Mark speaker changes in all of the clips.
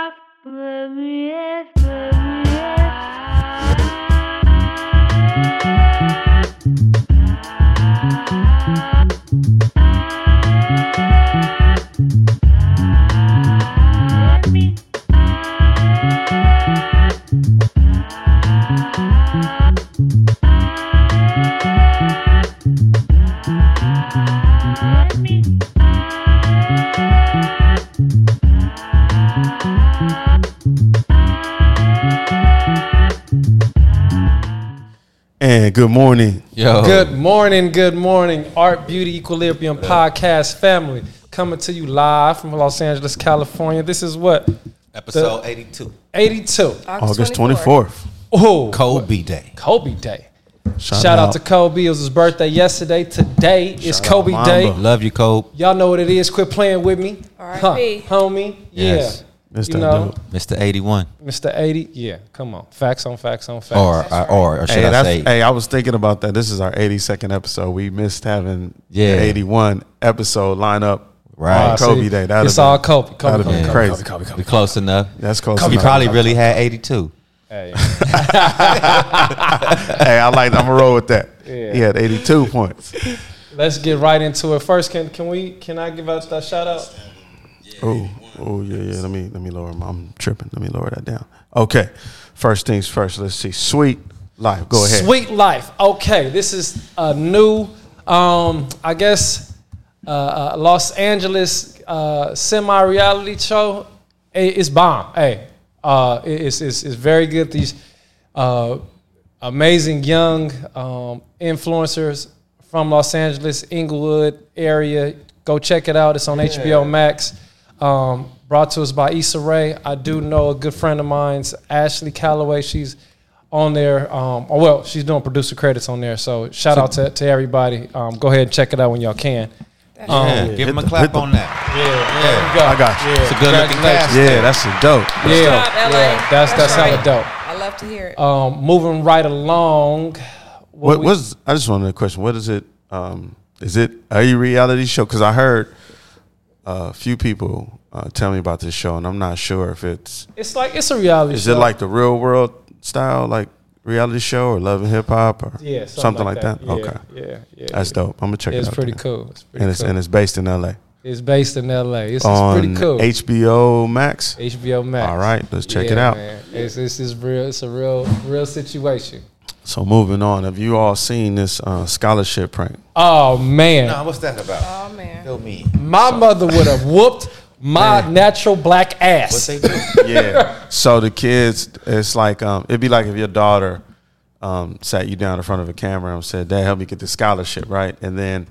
Speaker 1: La muette, la muette. Let me let me
Speaker 2: And good morning.
Speaker 3: Yo.
Speaker 4: Good morning, good morning, Art Beauty Equilibrium podcast family. Coming to you live from Los Angeles, California. This is what?
Speaker 3: Episode 82.
Speaker 4: 82.
Speaker 2: August 24th.
Speaker 4: Oh,
Speaker 3: Kobe Day.
Speaker 4: Kobe Day. Shout, out. to Kobe. It was his birthday yesterday. Today
Speaker 2: Shout
Speaker 4: is
Speaker 2: out
Speaker 4: Kobe
Speaker 2: Mamba.
Speaker 4: Day.
Speaker 3: Love you, Kobe.
Speaker 4: Y'all know what it is. Quit playing with me. Huh,
Speaker 5: R.I.P.
Speaker 4: homie.
Speaker 3: Yes.
Speaker 4: Yeah.
Speaker 2: Mr.
Speaker 4: You know,
Speaker 2: Dude.
Speaker 3: Mr. 81.
Speaker 4: Mr. 80. Yeah, come on. Facts on facts on facts.
Speaker 3: Or, or, or, should
Speaker 2: Hey,
Speaker 3: I
Speaker 2: that's,
Speaker 3: say,
Speaker 2: hey, I was thinking about that. This is our 82nd episode. We missed having
Speaker 3: Yeah.
Speaker 2: the 81 episode lineup
Speaker 3: Right.
Speaker 2: on
Speaker 4: Ah, See,
Speaker 2: Kobe Day. That'd
Speaker 4: it's
Speaker 2: have been-
Speaker 4: all Kobe. Kobe,
Speaker 2: that'd have
Speaker 4: Kobe,
Speaker 2: been
Speaker 3: Kobe,
Speaker 2: crazy.
Speaker 3: we close enough?
Speaker 2: That's close
Speaker 3: You
Speaker 2: enough.
Speaker 3: probably really had 82.
Speaker 4: Hey,
Speaker 2: hey, I like. I'm gonna roll with that.
Speaker 4: Yeah.
Speaker 2: He had 82 points.
Speaker 4: let's get right into it. First, can can we can I give out that shout out?
Speaker 2: Oh, oh yeah, yeah. Let me let me lower. My, I'm tripping. Let me lower that down. Okay. First things first. Let's see. Sweet life. Go ahead.
Speaker 4: Sweet Life. Okay, this is a new, um, I guess, uh, uh, Los Angeles uh, semi-reality show. It- It's bomb. Hey, uh, it- it's, it's it's very good. These uh, amazing young um, influencers from Los Angeles, Inglewood area. Go check it out. It's on HBO Max. Um, brought to us by Issa Rae. I do know a good friend of mine's, Ashley Calloway. She's on there. Um, oh, well, she's doing producer credits on there. So shout out to, to everybody. Um, go ahead and check it out when y'all can.
Speaker 3: Yeah,
Speaker 4: Um,
Speaker 3: give him a
Speaker 2: the- hit
Speaker 3: clap
Speaker 2: the-
Speaker 3: on that. Yeah.
Speaker 4: go.
Speaker 2: I got you.
Speaker 4: Yeah,
Speaker 3: It's a good looking
Speaker 4: congratulations.
Speaker 3: cast.
Speaker 2: Yeah, that's a dope.
Speaker 4: Yeah,
Speaker 5: job, LA.
Speaker 4: yeah, that's that's
Speaker 5: That's
Speaker 4: hella
Speaker 5: right.
Speaker 4: dope.
Speaker 5: I love to hear it.
Speaker 4: Um, moving right along.
Speaker 2: What
Speaker 4: we-
Speaker 2: was? I just wanted a question. What is it? Um, is it a reality show? Because I heard a few people uh, tell me about this show, and I'm not sure if it's.
Speaker 4: It's like it's a reality.
Speaker 2: Is
Speaker 4: show.
Speaker 2: it like the real world style, like reality show, or Love and Hip Hop, or
Speaker 4: yeah,
Speaker 2: something, like that? okay,
Speaker 4: Yeah, yeah, yeah.
Speaker 2: that's dope. I'm gonna check
Speaker 4: It's
Speaker 2: it out.
Speaker 4: pretty
Speaker 2: then.
Speaker 4: cool. It's pretty
Speaker 2: And it's
Speaker 4: cool.
Speaker 2: and it's based in L.A.
Speaker 4: It's based in L.A. It's,
Speaker 2: on
Speaker 4: it's pretty cool.
Speaker 2: HBO Max.
Speaker 4: HBO Max.
Speaker 2: All right, let's check it
Speaker 4: Yeah,
Speaker 2: out.
Speaker 4: man. It's, it's it's real. It's a real real situation.
Speaker 2: So moving on, have you all seen this uh, scholarship prank?
Speaker 4: Oh man,
Speaker 3: Nah, what's that about?
Speaker 5: oh man,
Speaker 3: Tell me.
Speaker 4: my mother would have whooped my natural black ass.
Speaker 3: What they do?
Speaker 2: yeah. So the kids, it's like um, it'd be like if your daughter um, sat you down in front of a camera and said, "Dad, help me get the scholarship," right? And then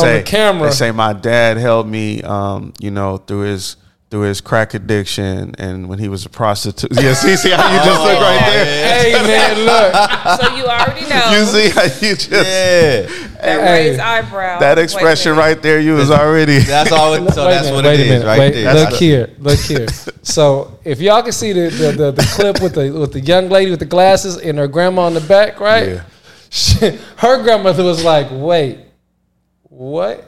Speaker 2: they
Speaker 4: on the camera.
Speaker 2: They say my dad helped me, um, you know, through his through his crack addiction, and when he was a prostitute. Yeah, see, see how you
Speaker 3: Oh,
Speaker 2: just look
Speaker 5: Oh,
Speaker 2: right there.
Speaker 4: hey man, look,
Speaker 5: so you already
Speaker 2: You
Speaker 5: know
Speaker 2: see how you just
Speaker 3: Yeah.
Speaker 5: that
Speaker 4: Hey.
Speaker 5: raised eyebrow.
Speaker 2: that expression
Speaker 5: Wait a minute.
Speaker 2: right there. You was already.
Speaker 3: That's all. It, so
Speaker 4: Wait a
Speaker 3: that's
Speaker 4: minute,
Speaker 3: what it
Speaker 4: wait a
Speaker 3: is,
Speaker 4: minute,
Speaker 3: right
Speaker 4: wait,
Speaker 3: there.
Speaker 4: Look
Speaker 3: That's-
Speaker 4: here, look here. So if y'all can see the the, the, the clip with the with the young lady with the glasses and her grandma on the back, right?
Speaker 2: Yeah.
Speaker 4: She, her grandmother was like, "Wait, what?"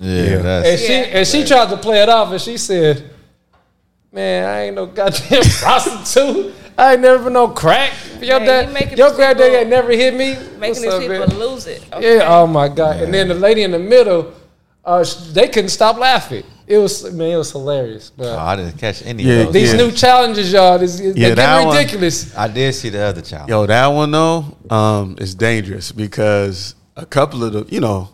Speaker 3: Yeah,
Speaker 4: And
Speaker 3: that's
Speaker 4: she and she tried to play it off, and she said, "Man, I ain't no goddamn prostitute. I ain't never been no crack. Your
Speaker 5: Man, you
Speaker 4: dad,
Speaker 5: making
Speaker 4: your
Speaker 5: these
Speaker 4: granddaddy
Speaker 5: people-
Speaker 4: ain't never hit me. What's
Speaker 5: Making these
Speaker 4: up,
Speaker 5: people
Speaker 4: man?
Speaker 5: lose it. Okay.
Speaker 4: Yeah. Oh my god. And then the lady in the middle, uh, sh- they couldn't stop laughing. It was man, it was hilarious. But
Speaker 3: Oh, I didn't catch any
Speaker 2: Yeah,
Speaker 3: of those.
Speaker 4: these
Speaker 2: yeah.
Speaker 4: new challenges, y'all, this,
Speaker 2: Yeah,
Speaker 4: they're
Speaker 2: that
Speaker 4: getting
Speaker 2: one-
Speaker 4: ridiculous.
Speaker 3: I did see the other child.
Speaker 2: Yo, that one though, um, is dangerous because a couple of the, you know,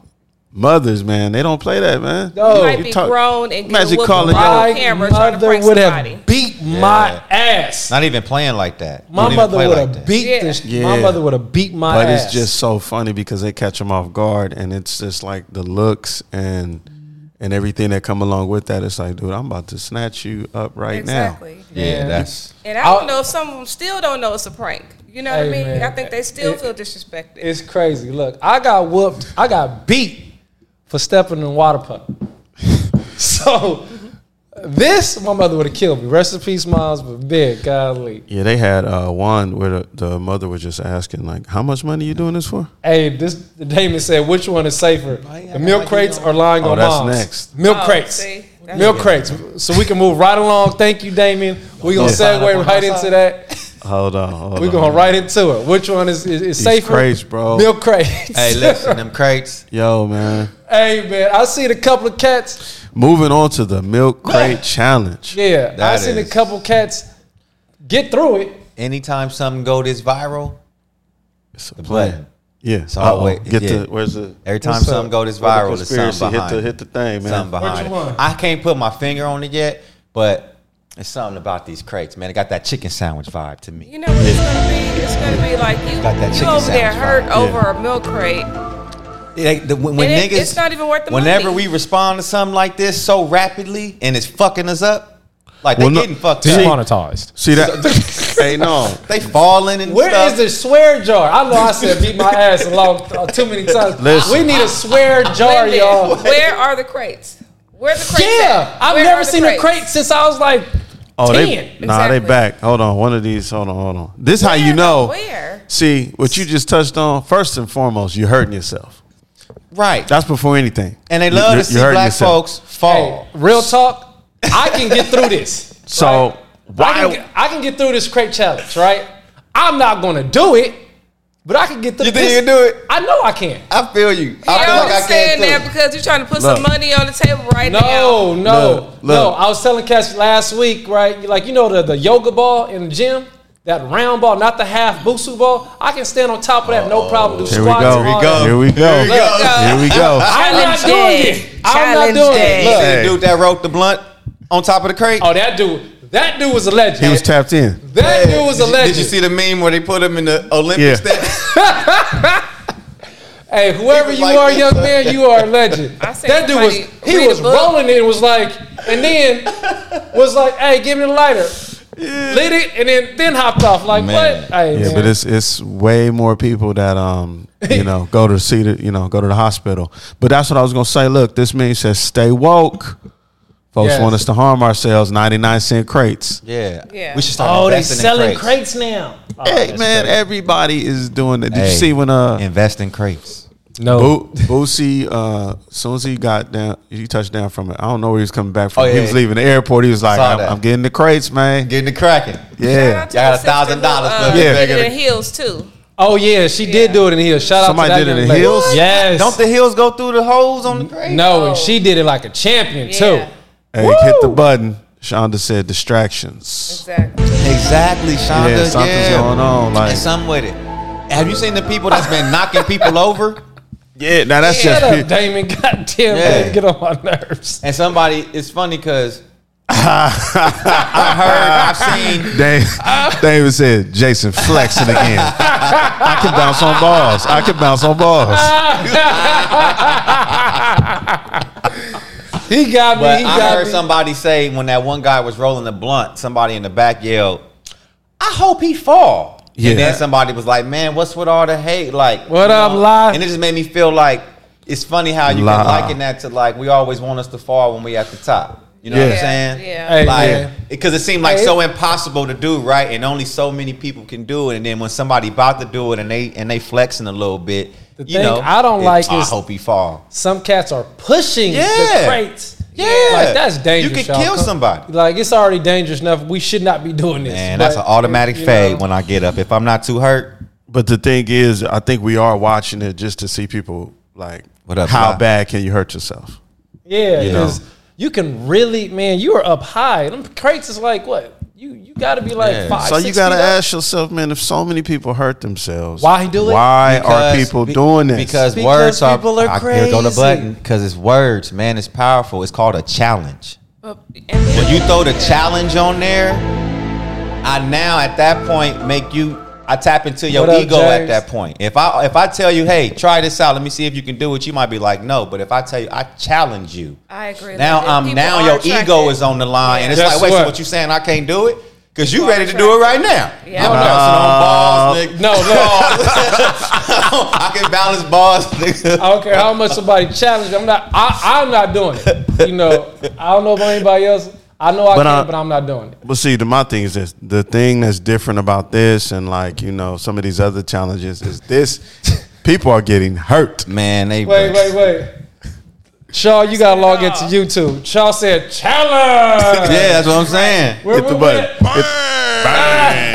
Speaker 2: mothers, man, they don't play that, man.
Speaker 4: No.
Speaker 5: You
Speaker 4: Oh,
Speaker 5: might
Speaker 2: you
Speaker 5: be
Speaker 2: talk-
Speaker 5: grown and
Speaker 2: imagine
Speaker 5: get a
Speaker 2: calling your-
Speaker 5: calling on camera trying to prank
Speaker 4: would
Speaker 5: somebody.
Speaker 4: have beat my ass.
Speaker 3: Not even playing like that.
Speaker 4: my
Speaker 3: Don't even
Speaker 4: mother
Speaker 3: play
Speaker 4: would
Speaker 3: like
Speaker 4: have
Speaker 3: that.
Speaker 4: beat
Speaker 5: Yeah.
Speaker 4: this.
Speaker 2: Yeah.
Speaker 4: My mother would have beat my
Speaker 2: But
Speaker 4: ass.
Speaker 2: it's just so funny because they catch them off guard, and it's just like the looks and and everything that come along with that. It's like, dude, I'm about to snatch you up right
Speaker 5: Exactly.
Speaker 3: Yeah, that's
Speaker 5: And I don't
Speaker 4: I'll-
Speaker 5: know if some of them still don't know it's a prank. You know what
Speaker 4: Hey,
Speaker 5: I mean?
Speaker 4: man.
Speaker 5: I think they still
Speaker 4: It-
Speaker 5: feel disrespected.
Speaker 4: it's crazy. Look, I got whooped. I got beat for stepping in water puck. so this, my mother would have killed me. Rest in peace, moms. But big, golly.
Speaker 2: now. Yeah, they had uh, one where the, the mother was just asking, like, how much money you doing this for?
Speaker 4: Hey, this Damon said, which one is safer, the milk crates or lying
Speaker 2: Oh,
Speaker 4: on
Speaker 2: that's
Speaker 4: moms?
Speaker 2: next.
Speaker 4: Milk
Speaker 5: Oh,
Speaker 4: crates.
Speaker 5: see?
Speaker 4: Milk crates. So we can move right along. Thank you, Damien. We're gonna segue right into that.
Speaker 2: Hold on. Hold
Speaker 4: We're
Speaker 2: on.
Speaker 4: going right into it. Which one is is, is
Speaker 2: These
Speaker 4: safer?
Speaker 2: crates, bro.
Speaker 4: Milk crates.
Speaker 3: Hey, listen, them crates.
Speaker 2: Yo, man.
Speaker 4: Hey man, I seen a couple of cats.
Speaker 2: Moving on to the milk crate challenge.
Speaker 4: Yeah, I
Speaker 3: That
Speaker 4: seen a
Speaker 3: is-
Speaker 4: couple cats get through it.
Speaker 3: Anytime something go this viral,
Speaker 2: It's a
Speaker 3: the
Speaker 2: plan.
Speaker 3: button.
Speaker 2: Yeah.
Speaker 3: So I'll
Speaker 2: Uh-oh.
Speaker 3: wait.
Speaker 2: Get
Speaker 3: Yeah.
Speaker 2: the where's the
Speaker 3: Every time
Speaker 4: What's up?
Speaker 3: something go this
Speaker 2: where's the
Speaker 3: viral, it's
Speaker 2: conspiracy? hit
Speaker 3: something behind.
Speaker 2: the
Speaker 3: it.
Speaker 2: hit the thing, man.
Speaker 3: Something
Speaker 4: Which
Speaker 3: behind
Speaker 4: one?
Speaker 3: it. I can't put my finger on it yet, but it's something about these crates, man. It got that chicken sandwich vibe to me.
Speaker 5: You know what it's gonna be? It's gonna be like you,
Speaker 3: Got that
Speaker 5: you
Speaker 3: chicken
Speaker 5: over there
Speaker 3: sandwich
Speaker 5: hurt
Speaker 3: vibe.
Speaker 5: over a milk crate.
Speaker 3: It ain't- the- when, when
Speaker 5: And it-
Speaker 3: niggas,
Speaker 5: it's not even worth the
Speaker 3: Whenever we
Speaker 5: money.
Speaker 3: respond to something like this so rapidly and it's fucking us up, like they
Speaker 2: Well, no-
Speaker 3: getting fucked up.
Speaker 4: Demonetized.
Speaker 2: See that? hey, no.
Speaker 3: They falling and
Speaker 4: Where
Speaker 3: stuff.
Speaker 4: is the swear jar? I know I said beat my ass along uh, too many times.
Speaker 2: Listen.
Speaker 4: We need a swear jar,
Speaker 5: Wait a
Speaker 4: y'all.
Speaker 5: minute. Where are the crates? Where are the crates?
Speaker 4: Yeah,
Speaker 5: at?
Speaker 4: I've
Speaker 5: Where
Speaker 4: never
Speaker 5: are the
Speaker 4: seen a crate since I was like
Speaker 2: Oh, they
Speaker 4: ten.
Speaker 2: nah, they
Speaker 5: Exactly.
Speaker 2: back. Hold on, one of these. Hold on, hold on. This how you
Speaker 5: Where?
Speaker 2: know.
Speaker 5: Where?
Speaker 2: See what you just touched on. First and foremost, you're hurting yourself.
Speaker 3: right?
Speaker 2: That's before anything.
Speaker 3: And they
Speaker 2: You-
Speaker 3: love
Speaker 2: you're-
Speaker 3: to see
Speaker 2: you're hurting
Speaker 3: black
Speaker 2: yourself.
Speaker 3: folks fall.
Speaker 4: Hey, real talk, I can get through this.
Speaker 2: So
Speaker 4: right? I
Speaker 2: why?
Speaker 4: can, get, I can get through this crate challenge, right? I'm not gonna do it, but I can get through.
Speaker 3: You think
Speaker 4: this.
Speaker 3: you can do it?
Speaker 4: I know I can.
Speaker 3: I feel you. I
Speaker 5: You're
Speaker 3: feel like
Speaker 5: only
Speaker 3: I
Speaker 5: saying
Speaker 3: can't
Speaker 5: that
Speaker 3: too.
Speaker 5: because you're trying to put some
Speaker 2: Look.
Speaker 5: money on the table right now.
Speaker 4: No, no,
Speaker 2: Look,
Speaker 4: no.
Speaker 2: look.
Speaker 4: I was telling Cash last week, right? Like you know the, the yoga ball in the gym, that round ball, not the half busu ball. I can stand on top of that, no problem.
Speaker 2: Oh.
Speaker 4: Do
Speaker 2: Here we
Speaker 4: squats.
Speaker 2: go.
Speaker 4: and all that.
Speaker 2: Here we go.
Speaker 3: Here we go.
Speaker 2: Here we go.
Speaker 4: I'm not
Speaker 5: Challenge
Speaker 4: doing
Speaker 5: day.
Speaker 4: it. I'm not
Speaker 5: Challenge
Speaker 4: doing
Speaker 5: day.
Speaker 4: it.
Speaker 3: The
Speaker 4: Look.
Speaker 3: dude that wrote the blunt on top of the crate.
Speaker 4: Oh, that dude. That dude was a legend.
Speaker 2: He was tapped in.
Speaker 4: that dude was a
Speaker 3: did, you-
Speaker 4: legend.
Speaker 3: Did you see the meme where they put him in the Olympic
Speaker 2: Yeah.
Speaker 3: stand?
Speaker 4: Hey, whoever
Speaker 3: People
Speaker 4: you
Speaker 3: like
Speaker 4: are,
Speaker 3: this
Speaker 4: young
Speaker 3: stuff.
Speaker 4: man, you are a legend.
Speaker 5: I seen
Speaker 4: That dude was
Speaker 5: somebody
Speaker 4: he
Speaker 5: read
Speaker 4: was
Speaker 5: a book.
Speaker 4: rolling it and was like, and then was like, hey, give me the lighter. Lit it and then then hopped off. Like
Speaker 3: Man.
Speaker 4: what? Hey,
Speaker 2: Yeah,
Speaker 4: man.
Speaker 2: but it's it's way more people that um you know go to see the you know go to the hospital. But that's what I was gonna say. Look, this means says stay woke. Folks
Speaker 4: Yes.
Speaker 2: want us to harm ourselves. Ninety nine cent crates.
Speaker 3: Yeah.
Speaker 5: Yeah.
Speaker 3: We should start
Speaker 4: oh, they
Speaker 3: investing in
Speaker 4: selling
Speaker 3: crates.
Speaker 4: crates now. Oh,
Speaker 2: Hey
Speaker 4: that's
Speaker 2: man,
Speaker 4: crazy.
Speaker 2: everybody is doing it. Did you
Speaker 3: Hey,
Speaker 2: see when uh
Speaker 3: invest in crates.
Speaker 4: no.
Speaker 2: Bo- Boosie, uh, as soon as he got down, he touched down from it. I don't know where he was coming back from.
Speaker 3: Oh, yeah,
Speaker 2: he was
Speaker 3: yeah.
Speaker 2: leaving the airport. He was like,
Speaker 3: Saw
Speaker 2: I'm,
Speaker 3: that.
Speaker 2: I'm getting the crates, man.
Speaker 3: Getting the cracking.
Speaker 5: Shout out
Speaker 2: Yeah.
Speaker 5: to
Speaker 3: Y'all
Speaker 5: the
Speaker 3: got $1,000
Speaker 5: sister who,
Speaker 3: for
Speaker 5: uh,
Speaker 3: that
Speaker 5: did
Speaker 3: nigga.
Speaker 5: it in heels too.
Speaker 4: Oh yeah, she did do it in the heels. Shout out
Speaker 2: Somebody
Speaker 4: to that
Speaker 2: did it
Speaker 4: young
Speaker 2: in
Speaker 4: lady.
Speaker 2: heels?
Speaker 4: Yes.
Speaker 3: Don't the heels go through the holes on the crate?
Speaker 4: no, and she did it like a champion
Speaker 5: Yeah,
Speaker 4: too.
Speaker 2: Hey, hit the button. Shonda said distractions.
Speaker 5: exactly.
Speaker 3: Exactly, Shonda.
Speaker 2: Yeah, something's
Speaker 3: yeah.
Speaker 2: going on, like-
Speaker 3: There's something with it. Have you seen the people that's been knocking people over?
Speaker 2: Yeah, now that's
Speaker 4: Shut up,
Speaker 2: just. pe-
Speaker 4: Damon. Goddamn, man, get on my nerves.
Speaker 3: And somebody, it's funny because I heard, I've seen.
Speaker 2: Dave,
Speaker 4: Uh.
Speaker 2: David said, Jason flexing again. I can bounce on balls. I can bounce on balls.
Speaker 4: Uh. He got me.
Speaker 3: But
Speaker 4: he
Speaker 3: I
Speaker 4: got
Speaker 3: heard
Speaker 4: me.
Speaker 3: somebody say when that one guy was rolling the blunt, somebody in the back yelled, "I hope he fall."
Speaker 2: Yeah.
Speaker 3: And then somebody was like, "Man, what's with all the hate?" Like,
Speaker 4: What
Speaker 3: you
Speaker 4: up, lie?
Speaker 3: And it just made me feel like it's funny how you
Speaker 2: Lie.
Speaker 3: can liken that to like we always want us to fall when we at the top. You know what
Speaker 2: Yeah.
Speaker 3: I'm saying?
Speaker 5: Yeah.
Speaker 4: Hey,
Speaker 3: Like,
Speaker 4: man.
Speaker 3: because it seemed like
Speaker 4: Hey.
Speaker 3: so impossible to do, right? And only so many people can do it. And then when somebody about to do it and they and they flexing a little bit,
Speaker 4: The
Speaker 3: you
Speaker 4: thing
Speaker 3: know,
Speaker 4: I don't
Speaker 3: it-
Speaker 4: like
Speaker 3: I
Speaker 4: is-
Speaker 3: hope he fall.
Speaker 4: some cats are pushing the
Speaker 3: Yeah.
Speaker 4: crates.
Speaker 3: Yeah.
Speaker 4: like that's dangerous.
Speaker 3: You could
Speaker 4: y'all.
Speaker 3: kill
Speaker 4: Come-
Speaker 3: somebody.
Speaker 4: Like it's already dangerous enough. We should not be doing this.
Speaker 3: Man,
Speaker 4: but-
Speaker 3: that's an automatic
Speaker 4: you
Speaker 3: fade
Speaker 4: know.
Speaker 3: when I get up. If I'm not too hurt,
Speaker 2: But the thing is, I think we are watching it just to see people like,
Speaker 3: What up,
Speaker 2: how
Speaker 3: Ty?
Speaker 2: bad can you hurt yourself?
Speaker 4: yeah,
Speaker 2: know.
Speaker 4: because you can really, man. You are up high. Them crates is like what you you got to be like
Speaker 3: Yeah.
Speaker 4: five.
Speaker 2: So you
Speaker 4: six
Speaker 2: gotta
Speaker 4: feet up.
Speaker 2: ask yourself, man, if so many people hurt themselves,
Speaker 4: Why do it?
Speaker 2: Why are
Speaker 3: because-
Speaker 2: people
Speaker 3: be-
Speaker 2: doing this?
Speaker 3: Because,
Speaker 4: Because
Speaker 3: words are,
Speaker 4: people are
Speaker 3: I- Here go the
Speaker 4: crazy.
Speaker 3: button because it's words, man. It's powerful. It's called a challenge.
Speaker 5: But,
Speaker 3: When you throw the challenge on there, I now at that point make you. I tap into your
Speaker 4: What up,
Speaker 3: ego
Speaker 4: James?
Speaker 3: at that point. If I if I tell you, hey, try this out. Let me see if you can do it. You might be like, no. But if I tell you, I challenge you.
Speaker 5: I agree.
Speaker 3: Now
Speaker 5: Like,
Speaker 3: I'm
Speaker 5: people
Speaker 3: now
Speaker 5: are
Speaker 3: your
Speaker 5: attracted.
Speaker 3: ego is on the line, and it's
Speaker 4: Guess
Speaker 3: like, wait,
Speaker 4: what?
Speaker 3: so what you saying? I can't do it because you
Speaker 5: People are
Speaker 3: ready to do it right now.
Speaker 5: Yeah.
Speaker 3: I'm bouncing on balls, nigga.
Speaker 4: No, no.
Speaker 3: I can balance balls, nigga.
Speaker 4: I don't care how much somebody challenged. me. I'm not. I, I'm not doing it. You know. I don't know about anybody else. I know I
Speaker 2: But
Speaker 4: can,
Speaker 2: I-
Speaker 4: but I'm not doing it.
Speaker 2: But see, the, my thing is this: the thing that's different about this, and like you know, some of these other challenges, is this: people are getting hurt.
Speaker 3: Man, they
Speaker 4: Wait, wait, wait. Shaw, you gotta log into YouTube. Shaw said, challenge.
Speaker 3: Yeah, that's what I'm saying.
Speaker 4: Where
Speaker 2: Hit the
Speaker 4: we
Speaker 2: button.
Speaker 4: at?
Speaker 2: Hit- Bang.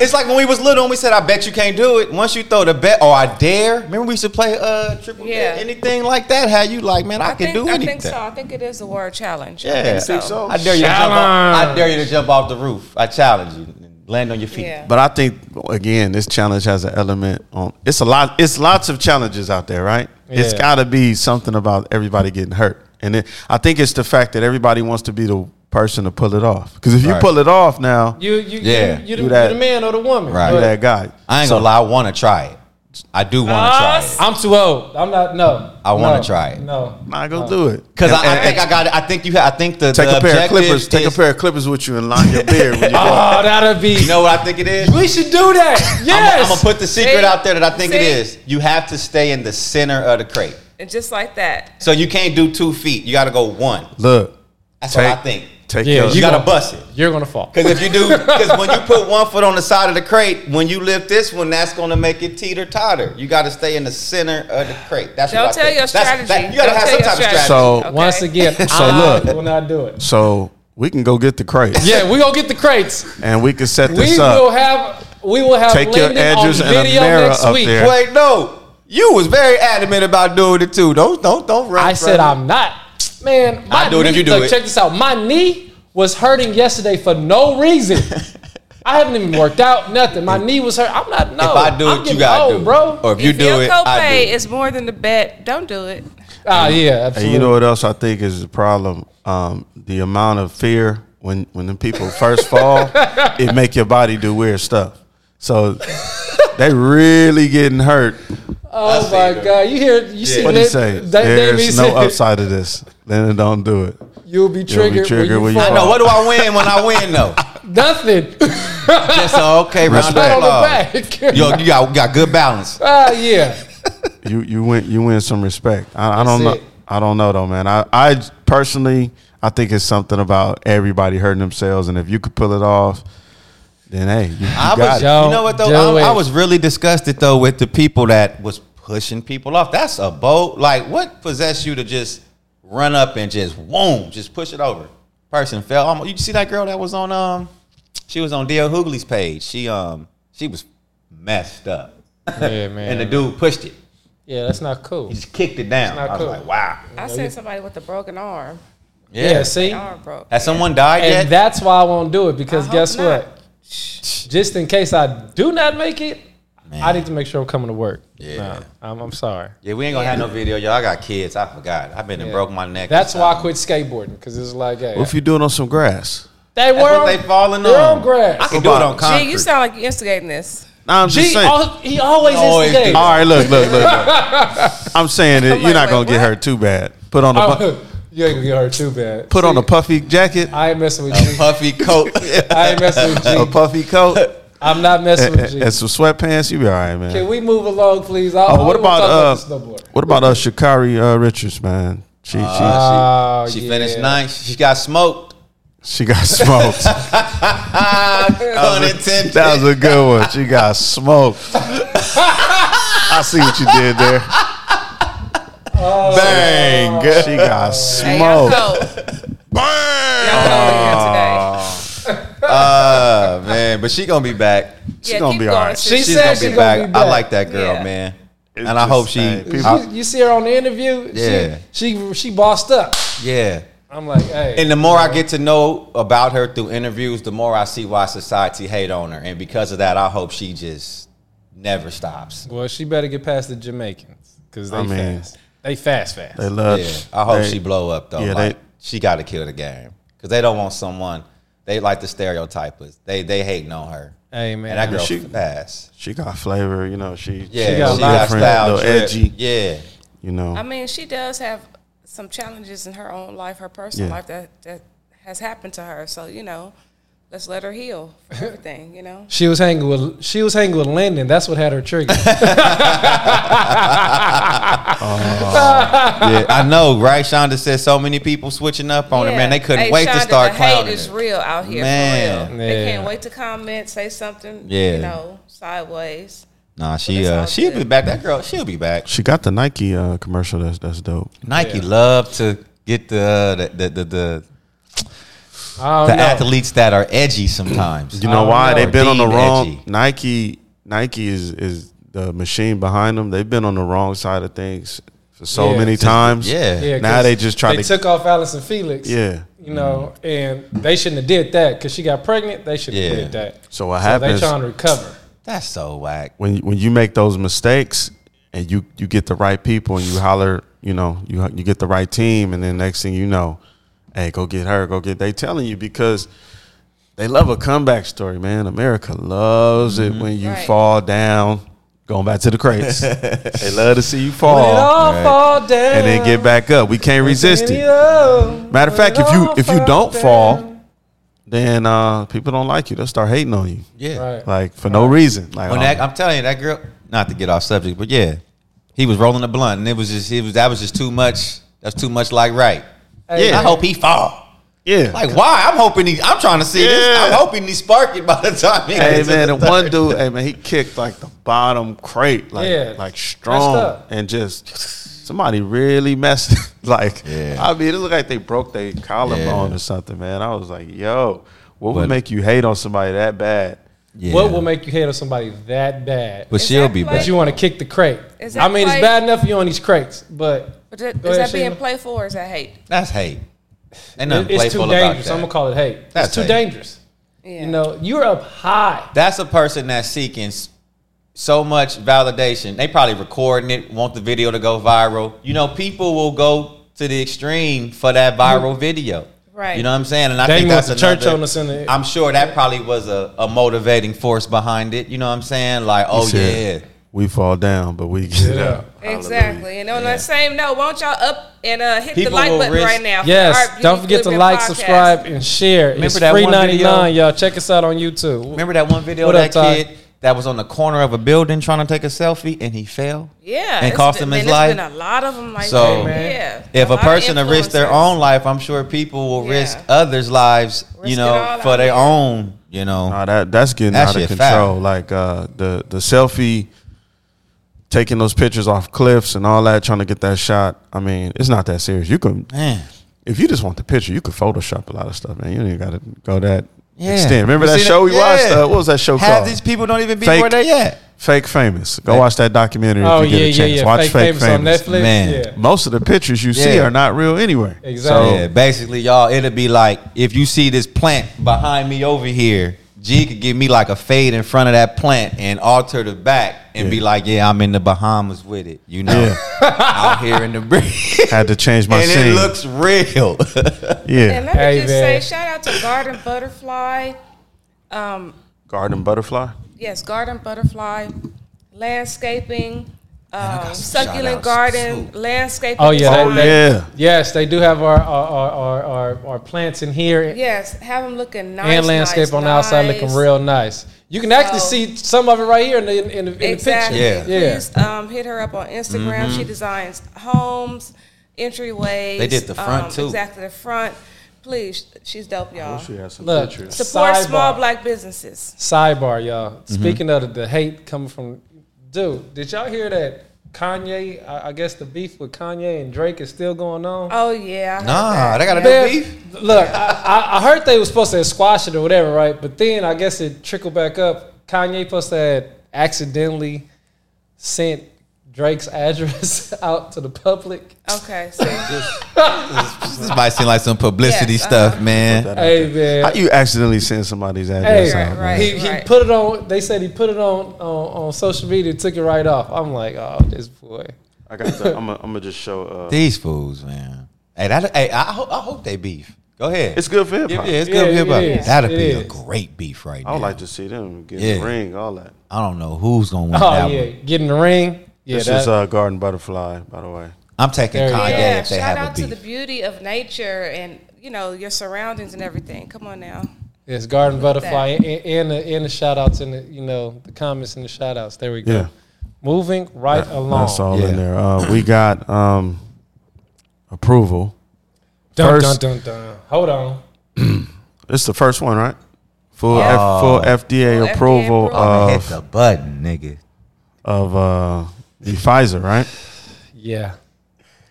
Speaker 3: It's like when we was little and we said, "I bet you can't do it." Once you throw the bet or I dare, remember we used to play uh triple
Speaker 5: Yeah.
Speaker 3: dare, anything like that. How you like, man? I, can
Speaker 5: think,
Speaker 3: do
Speaker 5: I
Speaker 3: anything.
Speaker 5: think so. I think it is the word challenge. I
Speaker 3: Yeah.
Speaker 5: think
Speaker 3: You
Speaker 5: so.
Speaker 3: think
Speaker 2: so?
Speaker 3: I dare you to jump. Off, I
Speaker 4: Challenge.
Speaker 3: dare you to jump off the roof. I challenge you. Land on your feet.
Speaker 5: Yeah.
Speaker 2: But I think again, this challenge has an element on. It's a lot. It's lots of challenges out there, right? It's
Speaker 4: Yeah.
Speaker 2: got to be something about everybody getting hurt, and it, I think it's the fact that everybody wants to be the person to pull it off. Because if you
Speaker 3: Right.
Speaker 2: pull it off now,
Speaker 4: You, you,
Speaker 3: Yeah,
Speaker 4: yeah, you,
Speaker 2: do
Speaker 4: you, the, you
Speaker 2: that.
Speaker 4: the man or the woman.
Speaker 3: Right.
Speaker 2: you're
Speaker 4: But
Speaker 2: that guy.
Speaker 3: I ain't gonna lie. I want to try it. I do want to
Speaker 5: Ah,
Speaker 3: try it.
Speaker 4: I'm too old. I'm not. No.
Speaker 3: I wanna
Speaker 4: No.
Speaker 3: try it.
Speaker 4: No.
Speaker 2: Nah, go do it.
Speaker 3: Because
Speaker 2: And-
Speaker 3: I, I
Speaker 2: and-
Speaker 3: think I got. it. I think you. ha- I think the
Speaker 2: Take
Speaker 3: the
Speaker 2: a pair of
Speaker 3: objective
Speaker 2: clippers. Take a
Speaker 3: is-
Speaker 2: pair of clippers with you and line your beard when you go.
Speaker 4: Oh, that'll be.
Speaker 3: You know what I think it is?
Speaker 4: We should do that. Yes.
Speaker 3: I'm gonna put the secret
Speaker 5: See?
Speaker 3: out there that I think it
Speaker 5: See?
Speaker 3: is. You have to stay in the center of the crate.
Speaker 5: And just like that.
Speaker 3: So you can't do two feet. You got to go one.
Speaker 2: Look,
Speaker 3: That's
Speaker 2: Take-
Speaker 3: what I think.
Speaker 2: take
Speaker 4: Yeah,
Speaker 2: your.
Speaker 3: You
Speaker 4: you
Speaker 3: got to
Speaker 4: gonna-
Speaker 3: bust it.
Speaker 4: You're gonna fall.
Speaker 3: Because if you do, because when you put one foot on the side of the crate, when you lift this one, that's going to make it teeter totter. You got to stay in the center of the crate. That's
Speaker 5: Don't
Speaker 3: what I
Speaker 5: tell
Speaker 3: think.
Speaker 5: your
Speaker 3: That's-
Speaker 5: strategy.
Speaker 3: you got to
Speaker 5: Don't
Speaker 3: have
Speaker 5: tell
Speaker 3: some
Speaker 5: your
Speaker 3: type of strategy.
Speaker 5: strategy.
Speaker 2: so
Speaker 5: Okay.
Speaker 4: Once again, so
Speaker 2: So
Speaker 4: I
Speaker 2: look.
Speaker 4: will not do it.
Speaker 2: so we can go get the crate
Speaker 4: Yeah, we gonna get the crates.
Speaker 2: and we can set this
Speaker 4: We
Speaker 2: up.
Speaker 4: will have. We will have.
Speaker 2: Take your
Speaker 4: Lyndon
Speaker 2: Andrews
Speaker 4: on
Speaker 2: and a
Speaker 4: video
Speaker 2: mirror
Speaker 4: next
Speaker 2: up
Speaker 4: week.
Speaker 2: there.
Speaker 3: Wait, no. You was very adamant about doing it too. Don't don't don't run.
Speaker 4: I said
Speaker 3: from it.
Speaker 4: I'm not. Man, my
Speaker 3: I do it
Speaker 4: knee,
Speaker 3: if you do
Speaker 4: look,
Speaker 3: it.
Speaker 4: check this out. My knee was hurting yesterday for no reason. I haven't even worked out nothing. My knee was hurt. I'm not. No,
Speaker 3: If I do
Speaker 4: I'm
Speaker 3: it, you
Speaker 4: getting
Speaker 3: got to
Speaker 4: old,
Speaker 3: do it.
Speaker 4: bro.
Speaker 3: Or if you
Speaker 5: if
Speaker 3: do
Speaker 5: your
Speaker 3: it, I
Speaker 5: copay
Speaker 3: do. it.
Speaker 5: is more than the bet, don't do it.
Speaker 4: Ah, yeah, absolutely.
Speaker 2: And you know what else I think is the problem? Um, the amount of fear when when the people first fall, it make your body do weird stuff. So they really getting hurt.
Speaker 4: oh
Speaker 3: I see
Speaker 4: my
Speaker 3: it.
Speaker 4: God, you hear? You see?
Speaker 2: What do you
Speaker 4: Lin-
Speaker 2: say?
Speaker 4: Da-
Speaker 2: There's
Speaker 4: Davies-
Speaker 2: no upside to this. Then don't do it.
Speaker 4: You'll be triggered.
Speaker 2: triggered when
Speaker 4: when you
Speaker 2: you
Speaker 4: fall.
Speaker 2: fall.
Speaker 3: No, what do I win when I win though?
Speaker 4: Nothing.
Speaker 3: Just a okay round of
Speaker 4: Pat on
Speaker 3: applause.
Speaker 4: the back.
Speaker 3: Yo, you got got good balance.
Speaker 4: Ah, yeah.
Speaker 2: You you win you win some respect. I, I
Speaker 4: That's
Speaker 2: don't know.
Speaker 4: it.
Speaker 2: I don't know though, man. I I personally I think it's something about everybody hurting themselves, and if you could pull it off, then hey, you, you
Speaker 3: I
Speaker 2: got
Speaker 3: was,
Speaker 2: it.
Speaker 4: Yo.
Speaker 3: you know what though?
Speaker 4: Joey.
Speaker 3: I, I was really disgusted though with the people that was pushing people off. That's a bold. Like, what possessed you to just run up and just boom, just push it over? Person fell. Almost, you see that girl that was on um, she was on DL Hoogley's page. She um, she was messed up,
Speaker 4: Yeah, man.
Speaker 3: and the dude pushed it.
Speaker 4: Yeah, that's not cool.
Speaker 3: He just kicked it down.
Speaker 4: not
Speaker 3: I was
Speaker 4: cool.
Speaker 3: like, wow.
Speaker 5: I seen somebody with a broken arm.
Speaker 4: Yeah, see,
Speaker 5: Arm broke.
Speaker 3: Has someone died
Speaker 4: and
Speaker 3: yet?
Speaker 4: that's why I won't do it because
Speaker 5: I hope
Speaker 4: guess
Speaker 5: not.
Speaker 4: what? Just in case I do not make it, I need to make sure I'm coming to work.
Speaker 3: Yeah.
Speaker 4: Nah, I'm, I'm sorry.
Speaker 3: yeah, we ain't gonna have no video, y'all. I got kids. I forgot. I've been and
Speaker 4: Yeah.
Speaker 3: broke my neck.
Speaker 4: That's
Speaker 3: or
Speaker 4: why I
Speaker 3: something.
Speaker 4: quit skateboarding because it's like, hey,
Speaker 2: What if you do it on some grass?
Speaker 4: they were
Speaker 3: That's what
Speaker 4: on,
Speaker 3: they falling
Speaker 4: they're
Speaker 3: on.
Speaker 4: on grass.
Speaker 3: I can do it on concrete.
Speaker 5: Gee, you sound like you're instigating this.
Speaker 2: Nah, I'm just
Speaker 4: Gee,
Speaker 2: saying.
Speaker 4: al- he always
Speaker 3: He always
Speaker 4: is today. Uh,
Speaker 3: do.
Speaker 2: All right, look, look, look. look. I'm saying that
Speaker 5: I'm
Speaker 2: you're
Speaker 5: like,
Speaker 2: not gonna
Speaker 5: wait,
Speaker 2: get
Speaker 5: what?
Speaker 2: hurt too bad. Put on a bu-
Speaker 4: Oh, you ain't gonna get hurt too bad.
Speaker 2: put on
Speaker 4: See,
Speaker 2: a puffy jacket,
Speaker 4: I ain't messing with
Speaker 3: a
Speaker 4: you.
Speaker 3: puffy coat.
Speaker 4: I ain't messing with
Speaker 2: a
Speaker 4: G.
Speaker 2: puffy coat,
Speaker 4: I'm not messing
Speaker 2: and,
Speaker 4: with G.
Speaker 2: and some sweatpants. You be all right, man.
Speaker 4: Can we move along, please? I,
Speaker 2: oh, what about uh,
Speaker 4: snowboard?
Speaker 2: what about uh, Shakari uh, Richards, man? She she
Speaker 4: Oh,
Speaker 3: she
Speaker 4: yeah.
Speaker 3: finished ninth. She got smoked.
Speaker 2: she got smoked.
Speaker 5: Uh,
Speaker 3: Uh, Unintended.
Speaker 2: that was a good one. She got smoked. I see what you did there.
Speaker 3: bang.
Speaker 2: She got
Speaker 5: Hey, y'all
Speaker 2: smoked.
Speaker 5: know. Y'all know here today.
Speaker 3: Uh, man, but she gonna be back.
Speaker 5: She
Speaker 2: gonna be all right.
Speaker 4: She
Speaker 3: She's
Speaker 4: said
Speaker 3: gonna be,
Speaker 4: she gonna
Speaker 3: back.
Speaker 4: be back.
Speaker 3: I like that girl,
Speaker 5: Yeah.
Speaker 3: man.
Speaker 2: It's
Speaker 3: and I hope
Speaker 2: just,
Speaker 3: she.
Speaker 2: hey, people-
Speaker 3: I-
Speaker 4: You, you see her on the interview.
Speaker 3: Yeah.
Speaker 4: She, she she bossed up.
Speaker 3: yeah.
Speaker 4: I'm like, hey.
Speaker 3: And the more I get to know about her through interviews, the more I see why society hate on her, and because of that, I hope she just never stops.
Speaker 4: well, she better get past the Jamaicans because they
Speaker 2: I mean-
Speaker 4: fast. They fast fast.
Speaker 2: They love.
Speaker 3: Yeah, I hope
Speaker 2: Uh, they-
Speaker 3: she blow up though.
Speaker 2: yeah,
Speaker 3: like,
Speaker 2: they-
Speaker 3: she got to kill the game because they don't want someone. They like the stereotypers. They they hating on her.
Speaker 4: hey man.
Speaker 3: And that girl
Speaker 2: she-
Speaker 3: fast.
Speaker 2: She got flavor, you know. She
Speaker 3: Yeah,
Speaker 4: got
Speaker 2: she
Speaker 4: a lot of
Speaker 2: got style, little
Speaker 3: drip.
Speaker 2: edgy,
Speaker 3: Yeah,
Speaker 2: you know.
Speaker 5: I mean, she does have some challenges in her own life, her personal
Speaker 2: Yeah.
Speaker 5: life that that has happened to her. So you know, let's let her heal from everything. You know,
Speaker 4: she was hanging with she was hanging with Lyndon. That's what had her triggered.
Speaker 3: yeah, I know, right? Shonda said so many people switching up on her. Man, they couldn't
Speaker 5: Hey,
Speaker 3: wait to
Speaker 5: Shonda,
Speaker 3: start
Speaker 5: the
Speaker 3: clowning.
Speaker 5: Hate is
Speaker 3: her.
Speaker 5: real out here.
Speaker 3: Man.
Speaker 5: for real. they
Speaker 4: Yeah.
Speaker 5: can't wait to comment, say something.
Speaker 3: Yeah.
Speaker 5: you know, sideways.
Speaker 3: Nah, she
Speaker 5: That's
Speaker 3: uh,
Speaker 5: all
Speaker 3: she'll
Speaker 5: good.
Speaker 3: be back. That girl, she'll be back.
Speaker 2: She got the Nike uh, commercial. That's that's dope.
Speaker 3: Nike love to get the uh, the the the, the,
Speaker 4: I
Speaker 5: Oh,
Speaker 3: the
Speaker 4: don't know.
Speaker 3: athletes that are edgy sometimes.
Speaker 2: You know
Speaker 4: don't
Speaker 2: why
Speaker 4: know.
Speaker 2: they've been on the
Speaker 3: Deemed
Speaker 2: wrong
Speaker 3: edgy.
Speaker 2: Nike. Nike is is the machine behind them. They've been on the wrong side of things for so
Speaker 4: Yeah.
Speaker 2: many
Speaker 4: Just-
Speaker 2: times.
Speaker 3: yeah.
Speaker 4: Yeah,
Speaker 2: Now
Speaker 4: 'cause
Speaker 2: they just try
Speaker 4: They
Speaker 2: to-
Speaker 4: took off Allison Felix.
Speaker 2: Yeah. Mm-hmm.
Speaker 4: You know, and they shouldn't have did that because she got pregnant. They should have
Speaker 3: Yeah.
Speaker 4: did that.
Speaker 2: So what
Speaker 4: they
Speaker 2: happens
Speaker 4: trying to recover.
Speaker 3: That's so whack.
Speaker 2: when when you make those mistakes and you you get the right people and you holler, you know, you you get the right team, and then next thing you know, hey, go get her, go get. They telling you because. They love a comeback story, man. America loves
Speaker 3: Mm-hmm.
Speaker 2: it when you
Speaker 5: Right.
Speaker 2: fall down, going back to the crates. they love to see you fall.
Speaker 4: Let it all
Speaker 3: right.
Speaker 4: fall down.
Speaker 2: Oh, and then get back up. We can't resist it. Matter of fact, if you if you don't fall, then uh, people don't like you. They'll start hating on you,
Speaker 3: Yeah.
Speaker 4: Right.
Speaker 2: like for no reason. Like
Speaker 3: When
Speaker 2: oh,
Speaker 3: that, I'm telling you, that girl. Not to get off subject, but yeah, he was rolling a blunt, and it was just, it was that was just too much. That's too much. Like right.
Speaker 4: Hey,
Speaker 3: I hope he fall.
Speaker 2: yeah.
Speaker 3: Like why? I'm hoping he. I'm trying to see this. I'm
Speaker 2: Yeah.
Speaker 3: hoping he spark it by the time. He
Speaker 2: hey
Speaker 3: gets to
Speaker 2: man,
Speaker 3: the
Speaker 2: and
Speaker 3: third.
Speaker 2: one dude, hey man, he kicked like the bottom crate, like
Speaker 4: Yeah.
Speaker 2: like
Speaker 4: Messed
Speaker 2: strong
Speaker 4: up.
Speaker 2: and just somebody really messed. like
Speaker 3: Yeah.
Speaker 2: I mean, it looked like they broke their collarbone or something, man. I was like, yo, what would
Speaker 3: But-
Speaker 2: make you hate on somebody that bad?
Speaker 3: Yeah.
Speaker 4: What will make you hate on somebody that bad?
Speaker 3: But
Speaker 5: Is
Speaker 3: she'll
Speaker 5: that
Speaker 3: be
Speaker 5: like-
Speaker 3: back.
Speaker 4: That you want to kick the crate.
Speaker 5: Is
Speaker 4: I
Speaker 5: that
Speaker 4: mean, it's
Speaker 5: like-
Speaker 4: bad enough you on these crates, but
Speaker 5: But that, is
Speaker 4: Go ahead,
Speaker 5: that being
Speaker 4: Sheila.
Speaker 5: playful or is that hate?
Speaker 3: That's hate. Ain't nothing
Speaker 4: it- it's
Speaker 3: playful
Speaker 4: too
Speaker 3: about
Speaker 4: dangerous.
Speaker 3: that.
Speaker 4: I'm gonna call it hate.
Speaker 3: That's
Speaker 4: it's too
Speaker 3: hate.
Speaker 4: dangerous.
Speaker 5: Yeah.
Speaker 4: You know, you're up high.
Speaker 3: That's a person that's seeking s- so much validation. They probably recording it, want the video to go viral. You know, people will go to the extreme for that viral video.
Speaker 5: Right.
Speaker 3: You know what I'm saying? And I
Speaker 4: They
Speaker 3: think
Speaker 4: want
Speaker 3: that's
Speaker 4: the church
Speaker 3: another-
Speaker 4: on us in the-
Speaker 3: I'm sure that probably was a, a motivating force behind it. You know what I'm saying? Like,
Speaker 2: He
Speaker 3: oh
Speaker 2: said,
Speaker 3: yeah.
Speaker 2: we fall down, but we get
Speaker 4: Yeah.
Speaker 2: up.
Speaker 5: Exactly. And on that same note, won't y'all up and uh, hit
Speaker 3: People
Speaker 5: the like
Speaker 3: will
Speaker 5: button
Speaker 3: risk-
Speaker 5: right now? for
Speaker 4: Yes,
Speaker 5: our
Speaker 4: don't forget to
Speaker 5: Equilibrium
Speaker 4: like,
Speaker 5: podcast.
Speaker 4: subscribe, and share. it's
Speaker 3: Remember that
Speaker 4: free
Speaker 3: one
Speaker 4: ninety
Speaker 3: video?
Speaker 4: nine, y'all. Check us out on YouTube.
Speaker 3: Remember that one video
Speaker 4: What
Speaker 3: of
Speaker 4: up,
Speaker 3: that
Speaker 4: Ty?
Speaker 3: kid that was on the corner of a building trying to take a selfie and he fell?
Speaker 5: Yeah,
Speaker 3: And
Speaker 5: it's
Speaker 3: cost
Speaker 5: been-
Speaker 3: him his
Speaker 5: man, it's
Speaker 3: life.
Speaker 5: Been a lot of them like
Speaker 3: So,
Speaker 5: that. yeah.
Speaker 3: If a
Speaker 5: lot of
Speaker 3: person to risk their
Speaker 5: influencers.
Speaker 3: own life, I'm sure people will risk
Speaker 5: Yeah.
Speaker 3: others' lives,
Speaker 5: Risk
Speaker 3: you
Speaker 5: it
Speaker 3: know,
Speaker 5: all
Speaker 3: for
Speaker 5: out
Speaker 3: their
Speaker 5: here.
Speaker 3: own, you know.
Speaker 2: Nah, that that's getting
Speaker 3: That
Speaker 2: out of
Speaker 3: shit
Speaker 2: control.
Speaker 3: foul.
Speaker 2: Like uh, the the selfie, taking those pictures off cliffs and all that, trying to get that shot. I mean, it's not that serious. You can,
Speaker 3: Man.
Speaker 2: if you just want the picture, you could Photoshop a lot of stuff, man. You don't even got to go that
Speaker 3: Yeah.
Speaker 2: extent. Remember
Speaker 3: You
Speaker 2: that
Speaker 3: seen
Speaker 2: show
Speaker 3: it?
Speaker 2: we watched?
Speaker 3: Yeah.
Speaker 2: Uh, what was that show
Speaker 3: Half
Speaker 2: called?
Speaker 3: these people don't even be
Speaker 2: Fake-
Speaker 3: where they at.
Speaker 2: Fake Famous. Go watch that documentary
Speaker 4: Oh
Speaker 2: if you
Speaker 4: yeah,
Speaker 2: get a
Speaker 4: yeah,
Speaker 2: chance.
Speaker 4: yeah.
Speaker 2: Watch
Speaker 4: Fake,
Speaker 2: Fake,
Speaker 4: Famous, on
Speaker 2: Famous.
Speaker 4: Netflix.
Speaker 3: Man.
Speaker 4: Yeah.
Speaker 2: Most of the pictures you see
Speaker 3: Yeah.
Speaker 2: are not real anyway.
Speaker 4: Exactly.
Speaker 2: So,
Speaker 3: Yeah, basically, y'all, it'll be like if you see this plant behind me over here, G could give me like a fade in front of that plant and alter the back and
Speaker 2: Yeah.
Speaker 3: be like, yeah, I'm in the Bahamas with it, you know, out here in the breeze.
Speaker 2: had to change my
Speaker 3: and
Speaker 2: scene.
Speaker 3: it looks real.
Speaker 2: yeah.
Speaker 5: And let me
Speaker 4: Hey,
Speaker 5: just
Speaker 4: man.
Speaker 5: say, shout out to Garden Butterfly. Um,
Speaker 2: Garden Butterfly.
Speaker 5: yes, Garden Butterfly, landscaping, um,
Speaker 3: some
Speaker 5: succulent
Speaker 3: shout-outs,
Speaker 5: garden,
Speaker 3: too.
Speaker 5: landscaping.
Speaker 4: Oh, yeah,
Speaker 2: Oh
Speaker 5: design.
Speaker 4: that-
Speaker 2: yeah.
Speaker 4: Yes, they do have our our, our, our, our, our plants in here
Speaker 5: Yes, have them looking nice.
Speaker 4: and landscape
Speaker 5: nice,
Speaker 4: on the outside looking
Speaker 5: nice.
Speaker 4: real nice. You can actually
Speaker 5: So-
Speaker 4: see some of it right here in the in, in, the- in
Speaker 5: Exactly.
Speaker 4: the
Speaker 3: Yeah. Mm-hmm.
Speaker 4: picture. Yeah.
Speaker 5: Please um, hit her up on Instagram. She designs homes, entryways.
Speaker 3: They did the front,
Speaker 5: um,
Speaker 3: too.
Speaker 5: Exactly the front. Please, she's dope, y'all.
Speaker 4: Look,
Speaker 5: Support
Speaker 4: Oh, sidebar.
Speaker 5: small black businesses.
Speaker 4: Sidebar, y'all. Speaking of the, the hate coming from, dude, did y'all hear that Kanye? I, I guess the beef with Kanye and Drake is still going on.
Speaker 5: Oh yeah. I heard
Speaker 3: nah,
Speaker 5: that.
Speaker 3: they got a
Speaker 5: Yeah.
Speaker 3: new
Speaker 4: Man,
Speaker 3: beef.
Speaker 4: Look, I, I- I heard they were supposed to squash it or whatever, right? But then I guess it trickled back up. Kanye supposed to had accidentally sent Drake's address out to the public.
Speaker 5: Okay. So
Speaker 3: This might seem like some publicity
Speaker 5: Yes,
Speaker 3: stuff, man.
Speaker 4: Hey man,
Speaker 2: How you accidentally send somebody's address
Speaker 4: hey,
Speaker 2: out?
Speaker 5: Right, right.
Speaker 4: he, he put it on. They said he put it on on, on social media, took it right off. I'm like, oh, this boy.
Speaker 2: I got. The, I'm gonna just show. Uh,
Speaker 3: These fools, man. Hey, that, hey, I, ho- I hope they beef. Go ahead.
Speaker 2: it's good for hip
Speaker 3: yeah,
Speaker 2: hop.
Speaker 3: yeah, it's
Speaker 4: Yeah,
Speaker 3: good.
Speaker 4: it
Speaker 3: hip hop.
Speaker 4: is.
Speaker 3: That'd
Speaker 4: It
Speaker 3: be a
Speaker 4: is.
Speaker 3: great beef right
Speaker 2: I
Speaker 3: now.
Speaker 2: would like to see them get
Speaker 3: Yeah.
Speaker 2: the ring, all that.
Speaker 3: I don't know who's gonna win
Speaker 4: Oh
Speaker 3: that
Speaker 4: yeah,
Speaker 3: one.
Speaker 4: get in the ring. Yeah,
Speaker 2: this
Speaker 4: that,
Speaker 2: is uh, Garden Butterfly, by the way.
Speaker 3: I'm taking
Speaker 4: There you go.
Speaker 3: Kanye
Speaker 5: yeah,
Speaker 3: if they
Speaker 5: shout
Speaker 3: have
Speaker 5: out
Speaker 3: a
Speaker 5: to
Speaker 3: beef.
Speaker 5: the beauty of nature and you know your surroundings and everything. Come on now.
Speaker 4: it's garden
Speaker 5: Look at
Speaker 4: butterfly and, and the and the shout outs and the you know the comments and the shout outs. There we go.
Speaker 2: Yeah.
Speaker 4: Moving right along.
Speaker 2: That's all
Speaker 3: Yeah.
Speaker 2: in there. Uh, we got um, approval.
Speaker 4: Dun,
Speaker 2: First-
Speaker 4: dun, dun, dun. Hold on.
Speaker 2: It's the first one, right? Full
Speaker 5: Yeah.
Speaker 2: F, full FDA
Speaker 5: Full
Speaker 2: approval
Speaker 5: FDA approval.
Speaker 3: Hit
Speaker 2: of
Speaker 3: the button, nigga.
Speaker 2: of uh, the Pfizer, right?
Speaker 4: Yeah.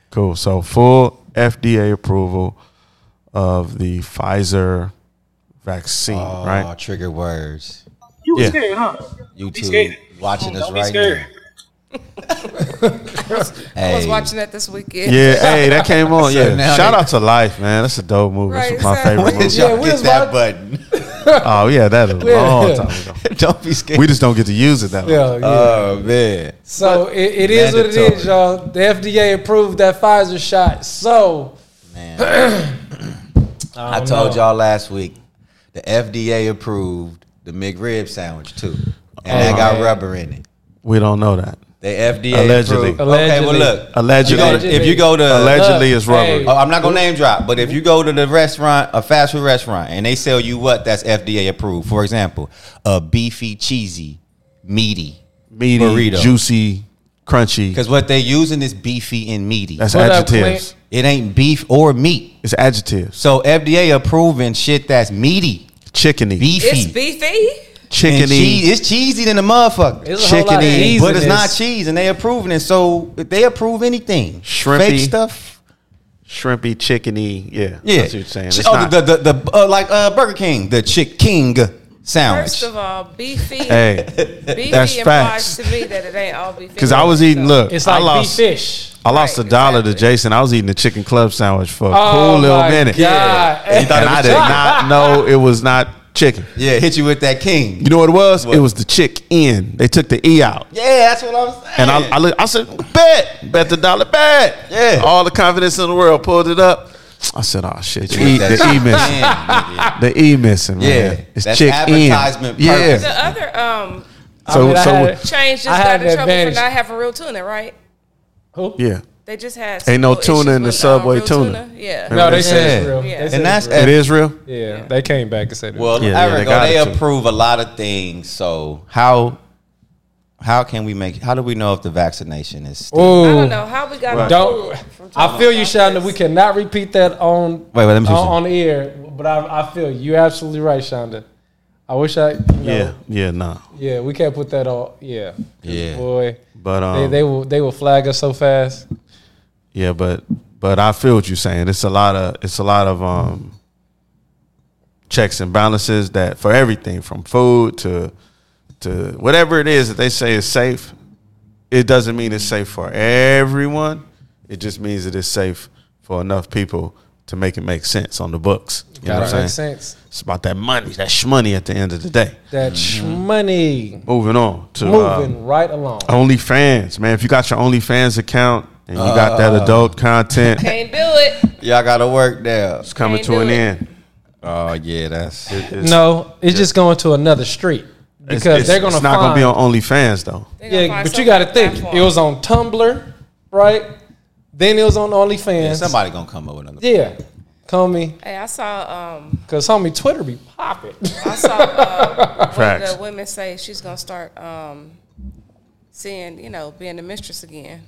Speaker 2: Cool. So full FDA approval of the Pfizer vaccine,
Speaker 3: Oh,
Speaker 2: right?
Speaker 3: trigger words.
Speaker 6: You
Speaker 2: Yeah.
Speaker 6: was scared, huh? be
Speaker 3: You two
Speaker 6: scared.
Speaker 3: watching
Speaker 6: Don't
Speaker 3: this
Speaker 6: be
Speaker 3: right
Speaker 6: scared.
Speaker 3: now. Hey,
Speaker 5: I was watching that this weekend.
Speaker 2: Yeah, hey, that came on.
Speaker 3: So
Speaker 2: Yeah,
Speaker 3: now
Speaker 2: shout
Speaker 3: they-
Speaker 2: out to Life, man. That's a dope movie.
Speaker 5: Right,
Speaker 2: That's my
Speaker 5: so-
Speaker 2: favorite
Speaker 3: When
Speaker 2: movie.
Speaker 3: did y'all
Speaker 4: Yeah, we
Speaker 3: get
Speaker 4: was
Speaker 3: that
Speaker 4: watch-
Speaker 3: button?
Speaker 2: Oh yeah, that a long time ago.
Speaker 3: Don't be scared.
Speaker 2: We just don't get to use it that way.
Speaker 4: Yeah. yeah.
Speaker 3: oh man.
Speaker 4: so it, it is what it is,
Speaker 3: mandatory.
Speaker 4: y'all. The FDA approved that Pfizer shot. So
Speaker 3: I told y'all last week the FDA approved the McRib sandwich too, and that got
Speaker 4: man.
Speaker 3: rubber in it.
Speaker 2: We don't know that.
Speaker 3: The FDA
Speaker 2: Allegedly.
Speaker 3: approved. Okay, well
Speaker 4: Allegedly.
Speaker 3: look,
Speaker 2: Allegedly.
Speaker 3: You go to- if you go to
Speaker 2: Allegedly,
Speaker 4: look,
Speaker 2: it's rubber.
Speaker 4: hey.
Speaker 3: Oh, I'm not gonna name drop, but if you go to the restaurant, a fast food restaurant, and they sell you what that's FDA approved, for example, a beefy, cheesy, meaty,
Speaker 2: Meaty,
Speaker 3: burrito.
Speaker 2: juicy, crunchy.
Speaker 3: because what they using is beefy and meaty.
Speaker 2: That's
Speaker 4: What up,
Speaker 2: adjectives.
Speaker 4: Clint?
Speaker 3: it ain't beef or meat.
Speaker 2: it's adjectives.
Speaker 3: So FDA approving shit that's meaty,
Speaker 2: Chickeny,
Speaker 3: beefy,
Speaker 5: It's beefy.
Speaker 3: and
Speaker 2: chickeny.
Speaker 3: cheese. It's cheesy than a motherfucker.
Speaker 4: It's a whole lot of
Speaker 2: Chickeny.
Speaker 4: cheese
Speaker 3: But
Speaker 4: in
Speaker 3: it's not
Speaker 4: this.
Speaker 3: cheese, and they approving it. So if they approve anything,
Speaker 2: Shrimpy.
Speaker 3: fake stuff.
Speaker 2: shrimpy, chickeny. Yeah,
Speaker 3: Yeah,
Speaker 2: that's what you're saying.
Speaker 3: Chi-
Speaker 2: It's
Speaker 3: oh,
Speaker 2: not.
Speaker 3: the the, the uh, like uh, Burger King, the Chick King sandwich.
Speaker 5: First of all, beefy.
Speaker 2: hey,
Speaker 5: beefy
Speaker 2: that's facts.
Speaker 5: implies to me that it ain't all beefy.
Speaker 2: because I was eating. Look,
Speaker 4: It's
Speaker 2: I
Speaker 4: like beef
Speaker 2: lost.
Speaker 4: fish.
Speaker 2: I lost
Speaker 5: Right,
Speaker 2: a dollar to
Speaker 5: exactly.
Speaker 2: Jason. I was eating the chicken club sandwich for a
Speaker 4: Oh,
Speaker 2: cool little
Speaker 4: my
Speaker 2: minute,
Speaker 4: God.
Speaker 2: and I did not know it was not chicken.
Speaker 3: yeah, hit you with that King.
Speaker 2: You know what it was?
Speaker 3: What?
Speaker 2: It was the chick in. They took the e out.
Speaker 3: yeah, that's what I'm saying.
Speaker 2: And I, I, look, I said, bet, bet the dollar, bet.
Speaker 3: Yeah.
Speaker 2: All the confidence in the world pulled it up. I said, oh shit, the E,
Speaker 3: With that
Speaker 2: the e missing,
Speaker 3: Chick King, nigga.
Speaker 2: the e missing, man.
Speaker 3: Yeah,
Speaker 2: it's
Speaker 3: that's
Speaker 2: chick e.
Speaker 3: advertisement
Speaker 2: in.
Speaker 3: purpose.
Speaker 5: The other um
Speaker 2: So,
Speaker 4: mean, I had
Speaker 2: so
Speaker 4: it.
Speaker 5: change just
Speaker 4: I had an
Speaker 5: got in trouble for
Speaker 4: advantage.
Speaker 5: not having real tuna, right?
Speaker 4: Who?
Speaker 2: yeah,
Speaker 5: They just had
Speaker 2: Ain't no
Speaker 5: some little
Speaker 2: tuna
Speaker 5: issues
Speaker 2: in the
Speaker 5: with, um,
Speaker 2: Subway
Speaker 5: real
Speaker 2: tuna.
Speaker 5: Yeah.
Speaker 4: No, they
Speaker 2: Yeah.
Speaker 4: said it's real. They
Speaker 5: Yeah.
Speaker 4: said
Speaker 5: And
Speaker 4: it's
Speaker 3: that's-
Speaker 4: real.
Speaker 2: it is real.
Speaker 4: yeah. They came back and said it.
Speaker 3: Well,
Speaker 2: Yeah, yeah,
Speaker 3: I
Speaker 2: they
Speaker 3: reckon
Speaker 2: got
Speaker 3: they,
Speaker 2: it too.
Speaker 3: approve a lot of things. So how how can we make? How do we know if the vaccination is? Still,
Speaker 4: Ooh.
Speaker 5: I don't know how we got.
Speaker 4: Don't. I feel you, Shonda. We cannot repeat that on
Speaker 3: Wait, wait, let me see
Speaker 4: on, on
Speaker 3: something.
Speaker 4: the air. But I, I feel you. You're absolutely right, Shonda. I wish I. You know,
Speaker 2: Yeah, yeah, nah.
Speaker 4: Yeah, we can't put that on. Yeah.
Speaker 3: Yeah.
Speaker 4: Boy,
Speaker 2: But um,
Speaker 4: they, they will they will flag us so fast.
Speaker 2: yeah, but but I feel what you're saying. It's a lot of it's a lot of um checks and balances that for everything from food to to whatever it is that they say is safe. It doesn't mean it's safe for everyone. It just means it is safe for enough people to make it make sense on the books. You know
Speaker 4: Gotta
Speaker 2: what I'm
Speaker 4: make
Speaker 2: saying?
Speaker 4: sense.
Speaker 2: It's about that money, that shmoney at the end of the day.
Speaker 4: That sh
Speaker 2: Mm-hmm.
Speaker 4: money
Speaker 2: Moving on to uh,
Speaker 4: moving right along.
Speaker 2: OnlyFans, man. If you got your OnlyFans account and you got
Speaker 4: Uh.
Speaker 2: that adult content,
Speaker 5: Can't do it.
Speaker 3: Y'all gotta work there.
Speaker 2: it's coming
Speaker 5: Can't
Speaker 2: to
Speaker 5: do
Speaker 2: an
Speaker 5: it.
Speaker 2: end.
Speaker 3: Oh yeah, that's
Speaker 2: It's-
Speaker 4: No, it's just going to another street
Speaker 2: it's-
Speaker 4: because
Speaker 2: it's-
Speaker 4: they're gonna
Speaker 2: It's not gonna be
Speaker 4: find-
Speaker 2: on OnlyFans though.
Speaker 5: They gonna
Speaker 4: Yeah,
Speaker 5: find
Speaker 4: but
Speaker 5: some
Speaker 4: you got to
Speaker 5: kind of
Speaker 4: think.
Speaker 5: platform.
Speaker 4: It was on Tumblr, right? Then it was on OnlyFans.
Speaker 3: somebody gonna come up with another.
Speaker 4: Yeah, call me
Speaker 5: Hey, I saw. Um,
Speaker 4: because homie Twitter be popping.
Speaker 5: I saw. Uh, one
Speaker 2: Facts.
Speaker 5: of the women say she's gonna start um, seeing, you know, being the mistress again.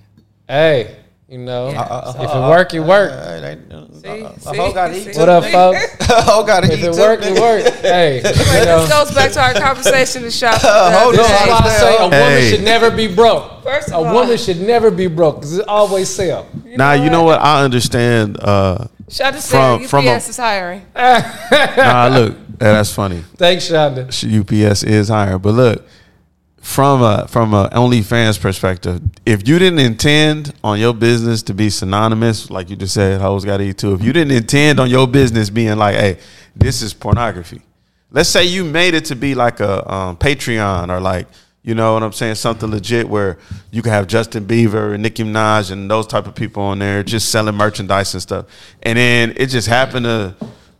Speaker 4: hey, you know,
Speaker 3: Uh,
Speaker 5: Yeah.
Speaker 4: if it work, it work.
Speaker 3: All right, I-
Speaker 5: See,
Speaker 3: I
Speaker 5: see,
Speaker 3: hope uh, gotta eat.
Speaker 5: see?
Speaker 4: What up, folks?
Speaker 3: Oh God,
Speaker 4: If it work, it work. Hey, you know,
Speaker 5: This goes back to our conversation in the shop.
Speaker 3: hold
Speaker 5: the
Speaker 4: this
Speaker 5: other
Speaker 4: is
Speaker 5: day.
Speaker 4: why I say a woman
Speaker 2: Hey.
Speaker 4: should never be broke.
Speaker 5: First
Speaker 4: a
Speaker 5: of all-
Speaker 4: woman should never be broke because it always sell.
Speaker 2: now you know what? I understand. Uh,
Speaker 5: Shonda
Speaker 2: From-
Speaker 5: said UPS
Speaker 2: from a-
Speaker 5: is hiring.
Speaker 2: nah, look, yeah, that's funny.
Speaker 4: Thanks, Shonda.
Speaker 2: Sh- UPS is higher, but look. From a from a OnlyFans perspective, if you didn't intend on your business to be synonymous, like you just said, hoes got to eat too. If you didn't intend on your business being like, hey, this is pornography. Let's say you made it to be like a um, Patreon or like you know what I'm saying, something legit where you can have Justin Bieber and Nicki Minaj and those type of people on there just selling merchandise and stuff, and then it just happened to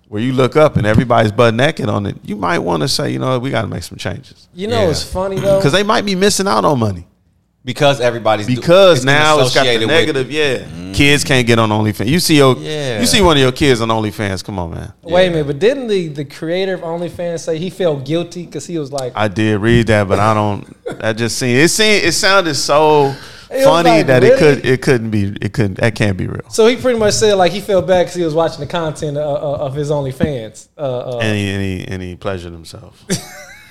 Speaker 2: where you look up and everybody's butt naked on it. You might want to say, you know, what, we got to make some changes
Speaker 4: You know
Speaker 3: Yeah.
Speaker 4: it's funny though.
Speaker 2: because they might be missing out on money
Speaker 3: because everybody's do-
Speaker 2: because
Speaker 3: it's been
Speaker 2: now it's got the
Speaker 3: associated with-
Speaker 2: negative. Yeah, kids can't get on OnlyFans. You see your,
Speaker 3: Yeah.
Speaker 2: you see one of your kids on OnlyFans. Come on, man.
Speaker 4: Wait a minute, but didn't the, the creator of OnlyFans say he felt guilty because he was like,
Speaker 2: I did read that, but I don't. I just seen it. Seemed, it sounded so
Speaker 4: It was
Speaker 2: funny
Speaker 4: like,
Speaker 2: that it
Speaker 4: really?
Speaker 2: could it couldn't be it couldn't that can't be real.
Speaker 4: so he pretty much said like he felt bad because he was watching the content uh, uh, of his OnlyFans. Uh, uh,
Speaker 2: And he, and he and he pleasured himself.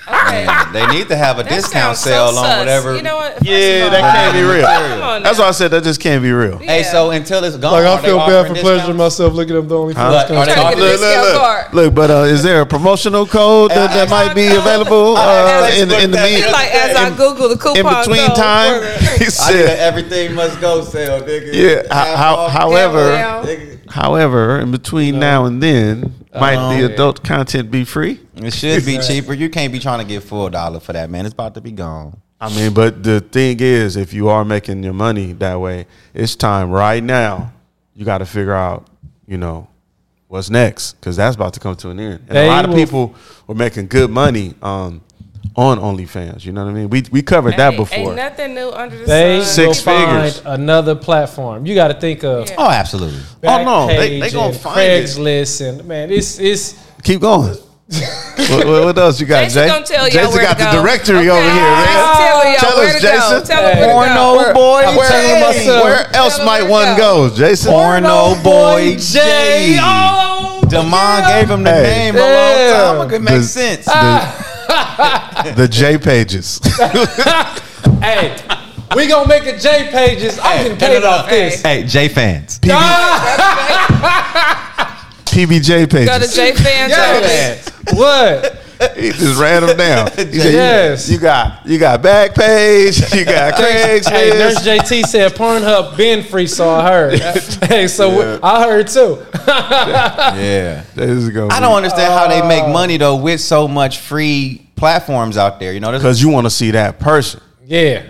Speaker 5: Okay.
Speaker 3: Man, they need to have a
Speaker 5: That
Speaker 3: discount
Speaker 5: sounds so
Speaker 3: sale on
Speaker 5: sus.
Speaker 3: whatever.
Speaker 5: You know what? First
Speaker 2: Yeah,
Speaker 5: of
Speaker 2: that
Speaker 5: all,
Speaker 2: can't be real.
Speaker 5: Come on
Speaker 2: That's
Speaker 5: now.
Speaker 2: why I said that just can't be real.
Speaker 5: Yeah.
Speaker 3: Hey, so until it's gone,
Speaker 4: Like
Speaker 3: are
Speaker 4: I
Speaker 3: they
Speaker 4: feel bad for
Speaker 3: offering
Speaker 4: pleasuring
Speaker 3: discounts?
Speaker 4: myself looking up the only
Speaker 2: Huh?
Speaker 3: Look, are they
Speaker 5: Trying to
Speaker 3: offering-
Speaker 5: get a
Speaker 2: Look,
Speaker 5: discount
Speaker 2: look, look,
Speaker 5: card.
Speaker 2: look, but uh, is there a promotional code that, that
Speaker 3: As
Speaker 2: might
Speaker 5: I
Speaker 2: be
Speaker 5: go-
Speaker 2: available uh,
Speaker 3: as I
Speaker 2: in, in the
Speaker 3: go-
Speaker 5: It's
Speaker 2: mean,
Speaker 5: like as I Google the coupon
Speaker 2: in between
Speaker 5: code
Speaker 2: time?
Speaker 5: for
Speaker 2: He
Speaker 3: I
Speaker 5: the-
Speaker 3: did a
Speaker 2: said,
Speaker 3: everything must go sale, nigga.
Speaker 2: yeah.
Speaker 3: Half
Speaker 2: How,
Speaker 3: off,
Speaker 5: Yeah,
Speaker 2: however,
Speaker 5: well.
Speaker 3: nigga.
Speaker 2: however, in between now and then, might the
Speaker 3: Um,
Speaker 2: adult content be free?
Speaker 3: It should be cheaper. You can't be trying to get full dollar for that, man. It's about to be gone.
Speaker 2: I mean, but the thing is, if you are making your money that way, it's time right now. You got to figure out, you know, what's next because that's about to come to an end. And
Speaker 4: They
Speaker 2: a lot of
Speaker 4: will-
Speaker 2: people were making good money um, on OnlyFans. You know what I mean? We we covered that
Speaker 5: Ain't-
Speaker 2: before.
Speaker 5: Ain't nothing new under the
Speaker 4: They
Speaker 5: sun.
Speaker 2: Six
Speaker 4: will
Speaker 2: figures.
Speaker 4: find another platform. You got to think of
Speaker 5: Yeah.
Speaker 3: Oh, absolutely.
Speaker 2: Oh, no, they-
Speaker 4: Backpage
Speaker 2: they gonna
Speaker 4: and
Speaker 2: find it.
Speaker 4: Craigslist and man, it's it's
Speaker 2: Keep going. what, what- what else you got,
Speaker 5: Jason
Speaker 2: Jay?
Speaker 5: gonna tell y'all
Speaker 2: Jason
Speaker 5: where
Speaker 2: got
Speaker 5: to
Speaker 2: the
Speaker 5: go.
Speaker 2: directory
Speaker 5: Okay,
Speaker 2: over here, man.
Speaker 5: Jason, tell y'all
Speaker 2: Tell
Speaker 5: where
Speaker 2: us,
Speaker 5: to go.
Speaker 2: Jason.
Speaker 5: Tell them where to go.
Speaker 3: Porno boy,
Speaker 4: I'm telling myself.
Speaker 2: where else
Speaker 5: Tell him
Speaker 2: might
Speaker 5: where
Speaker 2: one
Speaker 5: to
Speaker 2: go, Jason? Oh,
Speaker 3: Porno boy
Speaker 4: Jay.
Speaker 3: Jay.
Speaker 4: Oh,
Speaker 3: Damon gave him the
Speaker 2: Hey.
Speaker 3: name a
Speaker 4: Yeah.
Speaker 3: long time ago. It makes
Speaker 2: The-
Speaker 3: sense.
Speaker 2: The,
Speaker 5: Ah.
Speaker 2: the J pages.
Speaker 4: hey, we gonna make a J pages. I'm getting paid off this. Ah!
Speaker 3: Hey, J fans.
Speaker 2: PBJ pages.
Speaker 5: Go to J Fan
Speaker 4: Yes. What?
Speaker 2: He just ran them down. He said,
Speaker 4: Yes.
Speaker 2: You got you got Backpage, you got Craigslist.
Speaker 4: Hey, Nurse JT said Pornhub been free, so I heard. hey, so
Speaker 2: Yeah.
Speaker 4: I heard too.
Speaker 3: Yeah.
Speaker 2: This is gonna
Speaker 3: I don't understand how they
Speaker 4: Oh.
Speaker 3: make money though with so much free platforms out there. You know, there's
Speaker 2: because you want to see that person.
Speaker 4: yeah.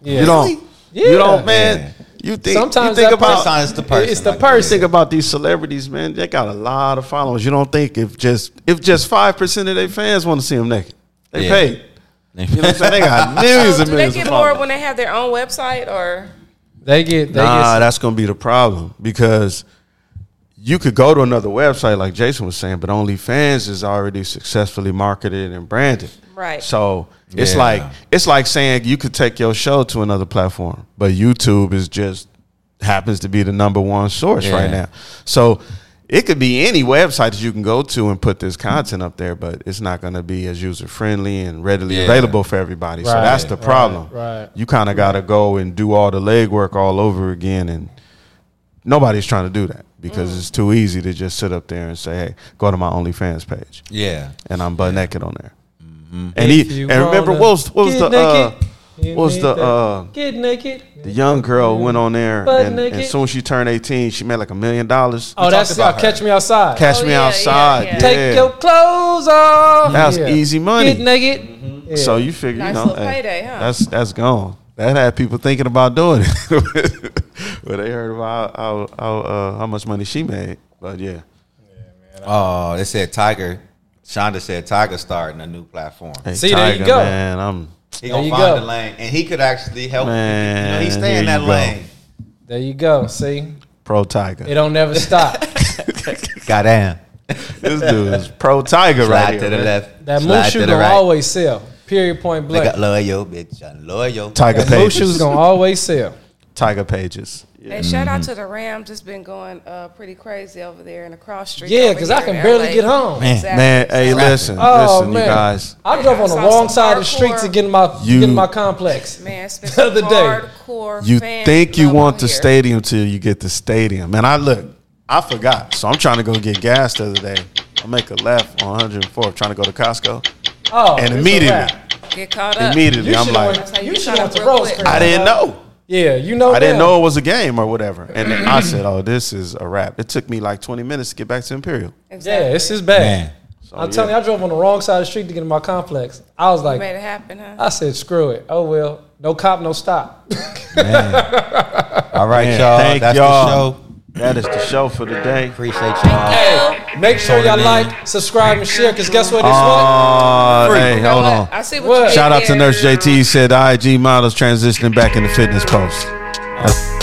Speaker 4: Yeah.
Speaker 2: You don't.
Speaker 4: Yeah.
Speaker 2: You don't, man. You think
Speaker 4: Sometimes
Speaker 2: you think
Speaker 4: that
Speaker 2: about
Speaker 3: person- It's the person,
Speaker 4: It's the
Speaker 3: I guess.
Speaker 2: you
Speaker 4: person.
Speaker 2: think about these celebrities, man. They got a lot of followers. You don't think if just if just five percent of their fans want to see them naked, they
Speaker 3: Yeah.
Speaker 2: paid. You know what I'm saying? They got millions and
Speaker 5: So Oh, do they
Speaker 2: millions.
Speaker 5: get
Speaker 2: of
Speaker 5: more
Speaker 2: followers.
Speaker 5: when they have their own website or
Speaker 4: They get. They
Speaker 2: nah,
Speaker 4: get
Speaker 2: that's gonna be the problem because you could go to another website like Jason was saying, but OnlyFans is already successfully marketed and branded.
Speaker 5: Right.
Speaker 2: So it's
Speaker 3: Yeah.
Speaker 2: like it's like saying you could take your show to another platform, but YouTube is just happens to be the number one source
Speaker 3: Yeah.
Speaker 2: right now. So it could be any website that you can go to and put this content up there, but it's not going to be as user friendly and readily
Speaker 3: Yeah.
Speaker 2: available for everybody. so
Speaker 4: Right,
Speaker 2: that's the
Speaker 4: right,
Speaker 2: problem.
Speaker 4: right.
Speaker 2: You kind of got to go and do all the legwork all over again, and nobody's trying to do that because
Speaker 4: Mm.
Speaker 2: it's too easy to just sit up there and say, "Hey, go to my OnlyFans page,"
Speaker 3: yeah.
Speaker 2: and I'm butt naked on there. And he
Speaker 4: Mm-hmm. you
Speaker 2: and remember
Speaker 4: wanna
Speaker 2: what was what was the
Speaker 4: get
Speaker 2: uh,
Speaker 4: naked, you
Speaker 2: what was
Speaker 4: need
Speaker 2: the
Speaker 4: to
Speaker 2: uh,
Speaker 4: get naked.
Speaker 2: the young girl went on there, and,
Speaker 4: Butt
Speaker 2: and
Speaker 4: naked.
Speaker 2: soon as she turned 18, she made like a million dollars.
Speaker 4: Oh, that's
Speaker 3: about
Speaker 4: uh, catch me outside.
Speaker 2: Catch
Speaker 5: Oh,
Speaker 2: me
Speaker 5: yeah, yeah,
Speaker 2: outside.
Speaker 5: yeah.
Speaker 4: Take
Speaker 2: yeah.
Speaker 4: your clothes off.
Speaker 2: That's easy money.
Speaker 4: Get naked. Yeah.
Speaker 2: So you figure,
Speaker 5: Nice
Speaker 2: you know,
Speaker 5: little
Speaker 2: hey,
Speaker 5: payday, huh?
Speaker 2: that's that's gone. That had people thinking about doing it, but they heard about how how, how, uh, how much money she made. But yeah,
Speaker 3: Oh, they said Tiger. Shonda said Tiger starting a new platform.
Speaker 2: Hey,
Speaker 4: See, there you go.
Speaker 2: man. I'm
Speaker 3: He
Speaker 4: There
Speaker 3: gonna
Speaker 4: you
Speaker 3: find
Speaker 4: go.
Speaker 3: the lane, and he could actually help.
Speaker 2: Man,
Speaker 3: you know, he stay
Speaker 2: here
Speaker 3: in that
Speaker 2: you go.
Speaker 3: lane.
Speaker 4: there you go. See,
Speaker 2: pro
Speaker 4: it
Speaker 2: tiger.
Speaker 4: don't never stop.
Speaker 3: Goddamn.
Speaker 2: This dude is pro tiger
Speaker 3: Slide
Speaker 2: right
Speaker 3: to
Speaker 2: here.
Speaker 3: the
Speaker 2: man.
Speaker 3: left.
Speaker 4: That
Speaker 3: slide
Speaker 4: mooshu
Speaker 3: to the
Speaker 4: gonna
Speaker 3: right.
Speaker 4: always sell. Period. Point blank.
Speaker 3: Nigga, loyal, bitch. I'm loyal.
Speaker 2: Tiger
Speaker 4: That mooshu's
Speaker 2: pages.
Speaker 4: gonna always sell.
Speaker 2: Tiger pages. Yeah. Mm-hmm.
Speaker 5: And shout out to the Rams. It's been going uh, pretty crazy over there in the cross street.
Speaker 4: Yeah,
Speaker 5: over
Speaker 4: because I
Speaker 5: here in
Speaker 4: can barely
Speaker 5: LA.
Speaker 4: get home.
Speaker 3: Man,
Speaker 5: Exactly.
Speaker 2: Man, hey,
Speaker 5: So-
Speaker 2: listen,
Speaker 4: Oh
Speaker 2: listen,
Speaker 4: man,
Speaker 2: you guys.
Speaker 4: I drove on the
Speaker 5: Saw
Speaker 4: wrong
Speaker 5: some
Speaker 4: side of the street to
Speaker 5: hardcore-
Speaker 4: get in my
Speaker 2: You-
Speaker 4: get in my complex.
Speaker 5: Man, it's been
Speaker 4: The other
Speaker 5: some
Speaker 4: day.
Speaker 5: hardcore
Speaker 2: You
Speaker 5: fan
Speaker 2: think you
Speaker 5: club
Speaker 2: want
Speaker 5: out
Speaker 2: the
Speaker 5: here.
Speaker 2: stadium till you get the stadium. And I look, I forgot. So I'm trying to go get gas the other day. I make a left on 104, trying to go to Costco.
Speaker 4: Oh,
Speaker 2: And
Speaker 4: it's a
Speaker 2: immediately,
Speaker 4: wrap.
Speaker 5: Get caught up.
Speaker 2: immediately,
Speaker 4: You
Speaker 2: I'm
Speaker 4: should
Speaker 2: like,
Speaker 4: have
Speaker 5: That's how
Speaker 4: went,
Speaker 5: you
Speaker 4: you
Speaker 5: get
Speaker 4: should have went
Speaker 5: caught up
Speaker 4: to
Speaker 5: real
Speaker 4: Rose
Speaker 5: quick.
Speaker 4: Creek.
Speaker 2: I didn't know.
Speaker 4: Yeah, you know.
Speaker 2: I didn't
Speaker 4: them.
Speaker 2: know it was a game or whatever. And then I said, oh, this is a wrap. It took me like 20 minutes to get back to Imperial.
Speaker 5: Exactly.
Speaker 4: Yeah, it's just bad.
Speaker 3: Man.
Speaker 4: I'm telling you, I drove on the wrong side of the street to get in my complex. I was
Speaker 5: You
Speaker 4: like,
Speaker 5: made it happen, huh?
Speaker 4: I said, screw it. Oh well, no cop, no stop.
Speaker 3: All right,
Speaker 2: Man,
Speaker 3: y'all.
Speaker 2: thank
Speaker 3: That's
Speaker 2: y'all.
Speaker 3: the show.
Speaker 2: That is the show for the day.
Speaker 3: Appreciate y'all.
Speaker 4: hey, make sure y'all like, subscribe, and share. Cause guess what? This
Speaker 2: Oh, hey,
Speaker 5: You know
Speaker 2: hold
Speaker 5: what?
Speaker 2: on.
Speaker 5: I see what
Speaker 4: What?
Speaker 5: you did
Speaker 2: Shout out to
Speaker 5: there.
Speaker 2: Nurse JT. He said, IG models transitioning back into fitness post.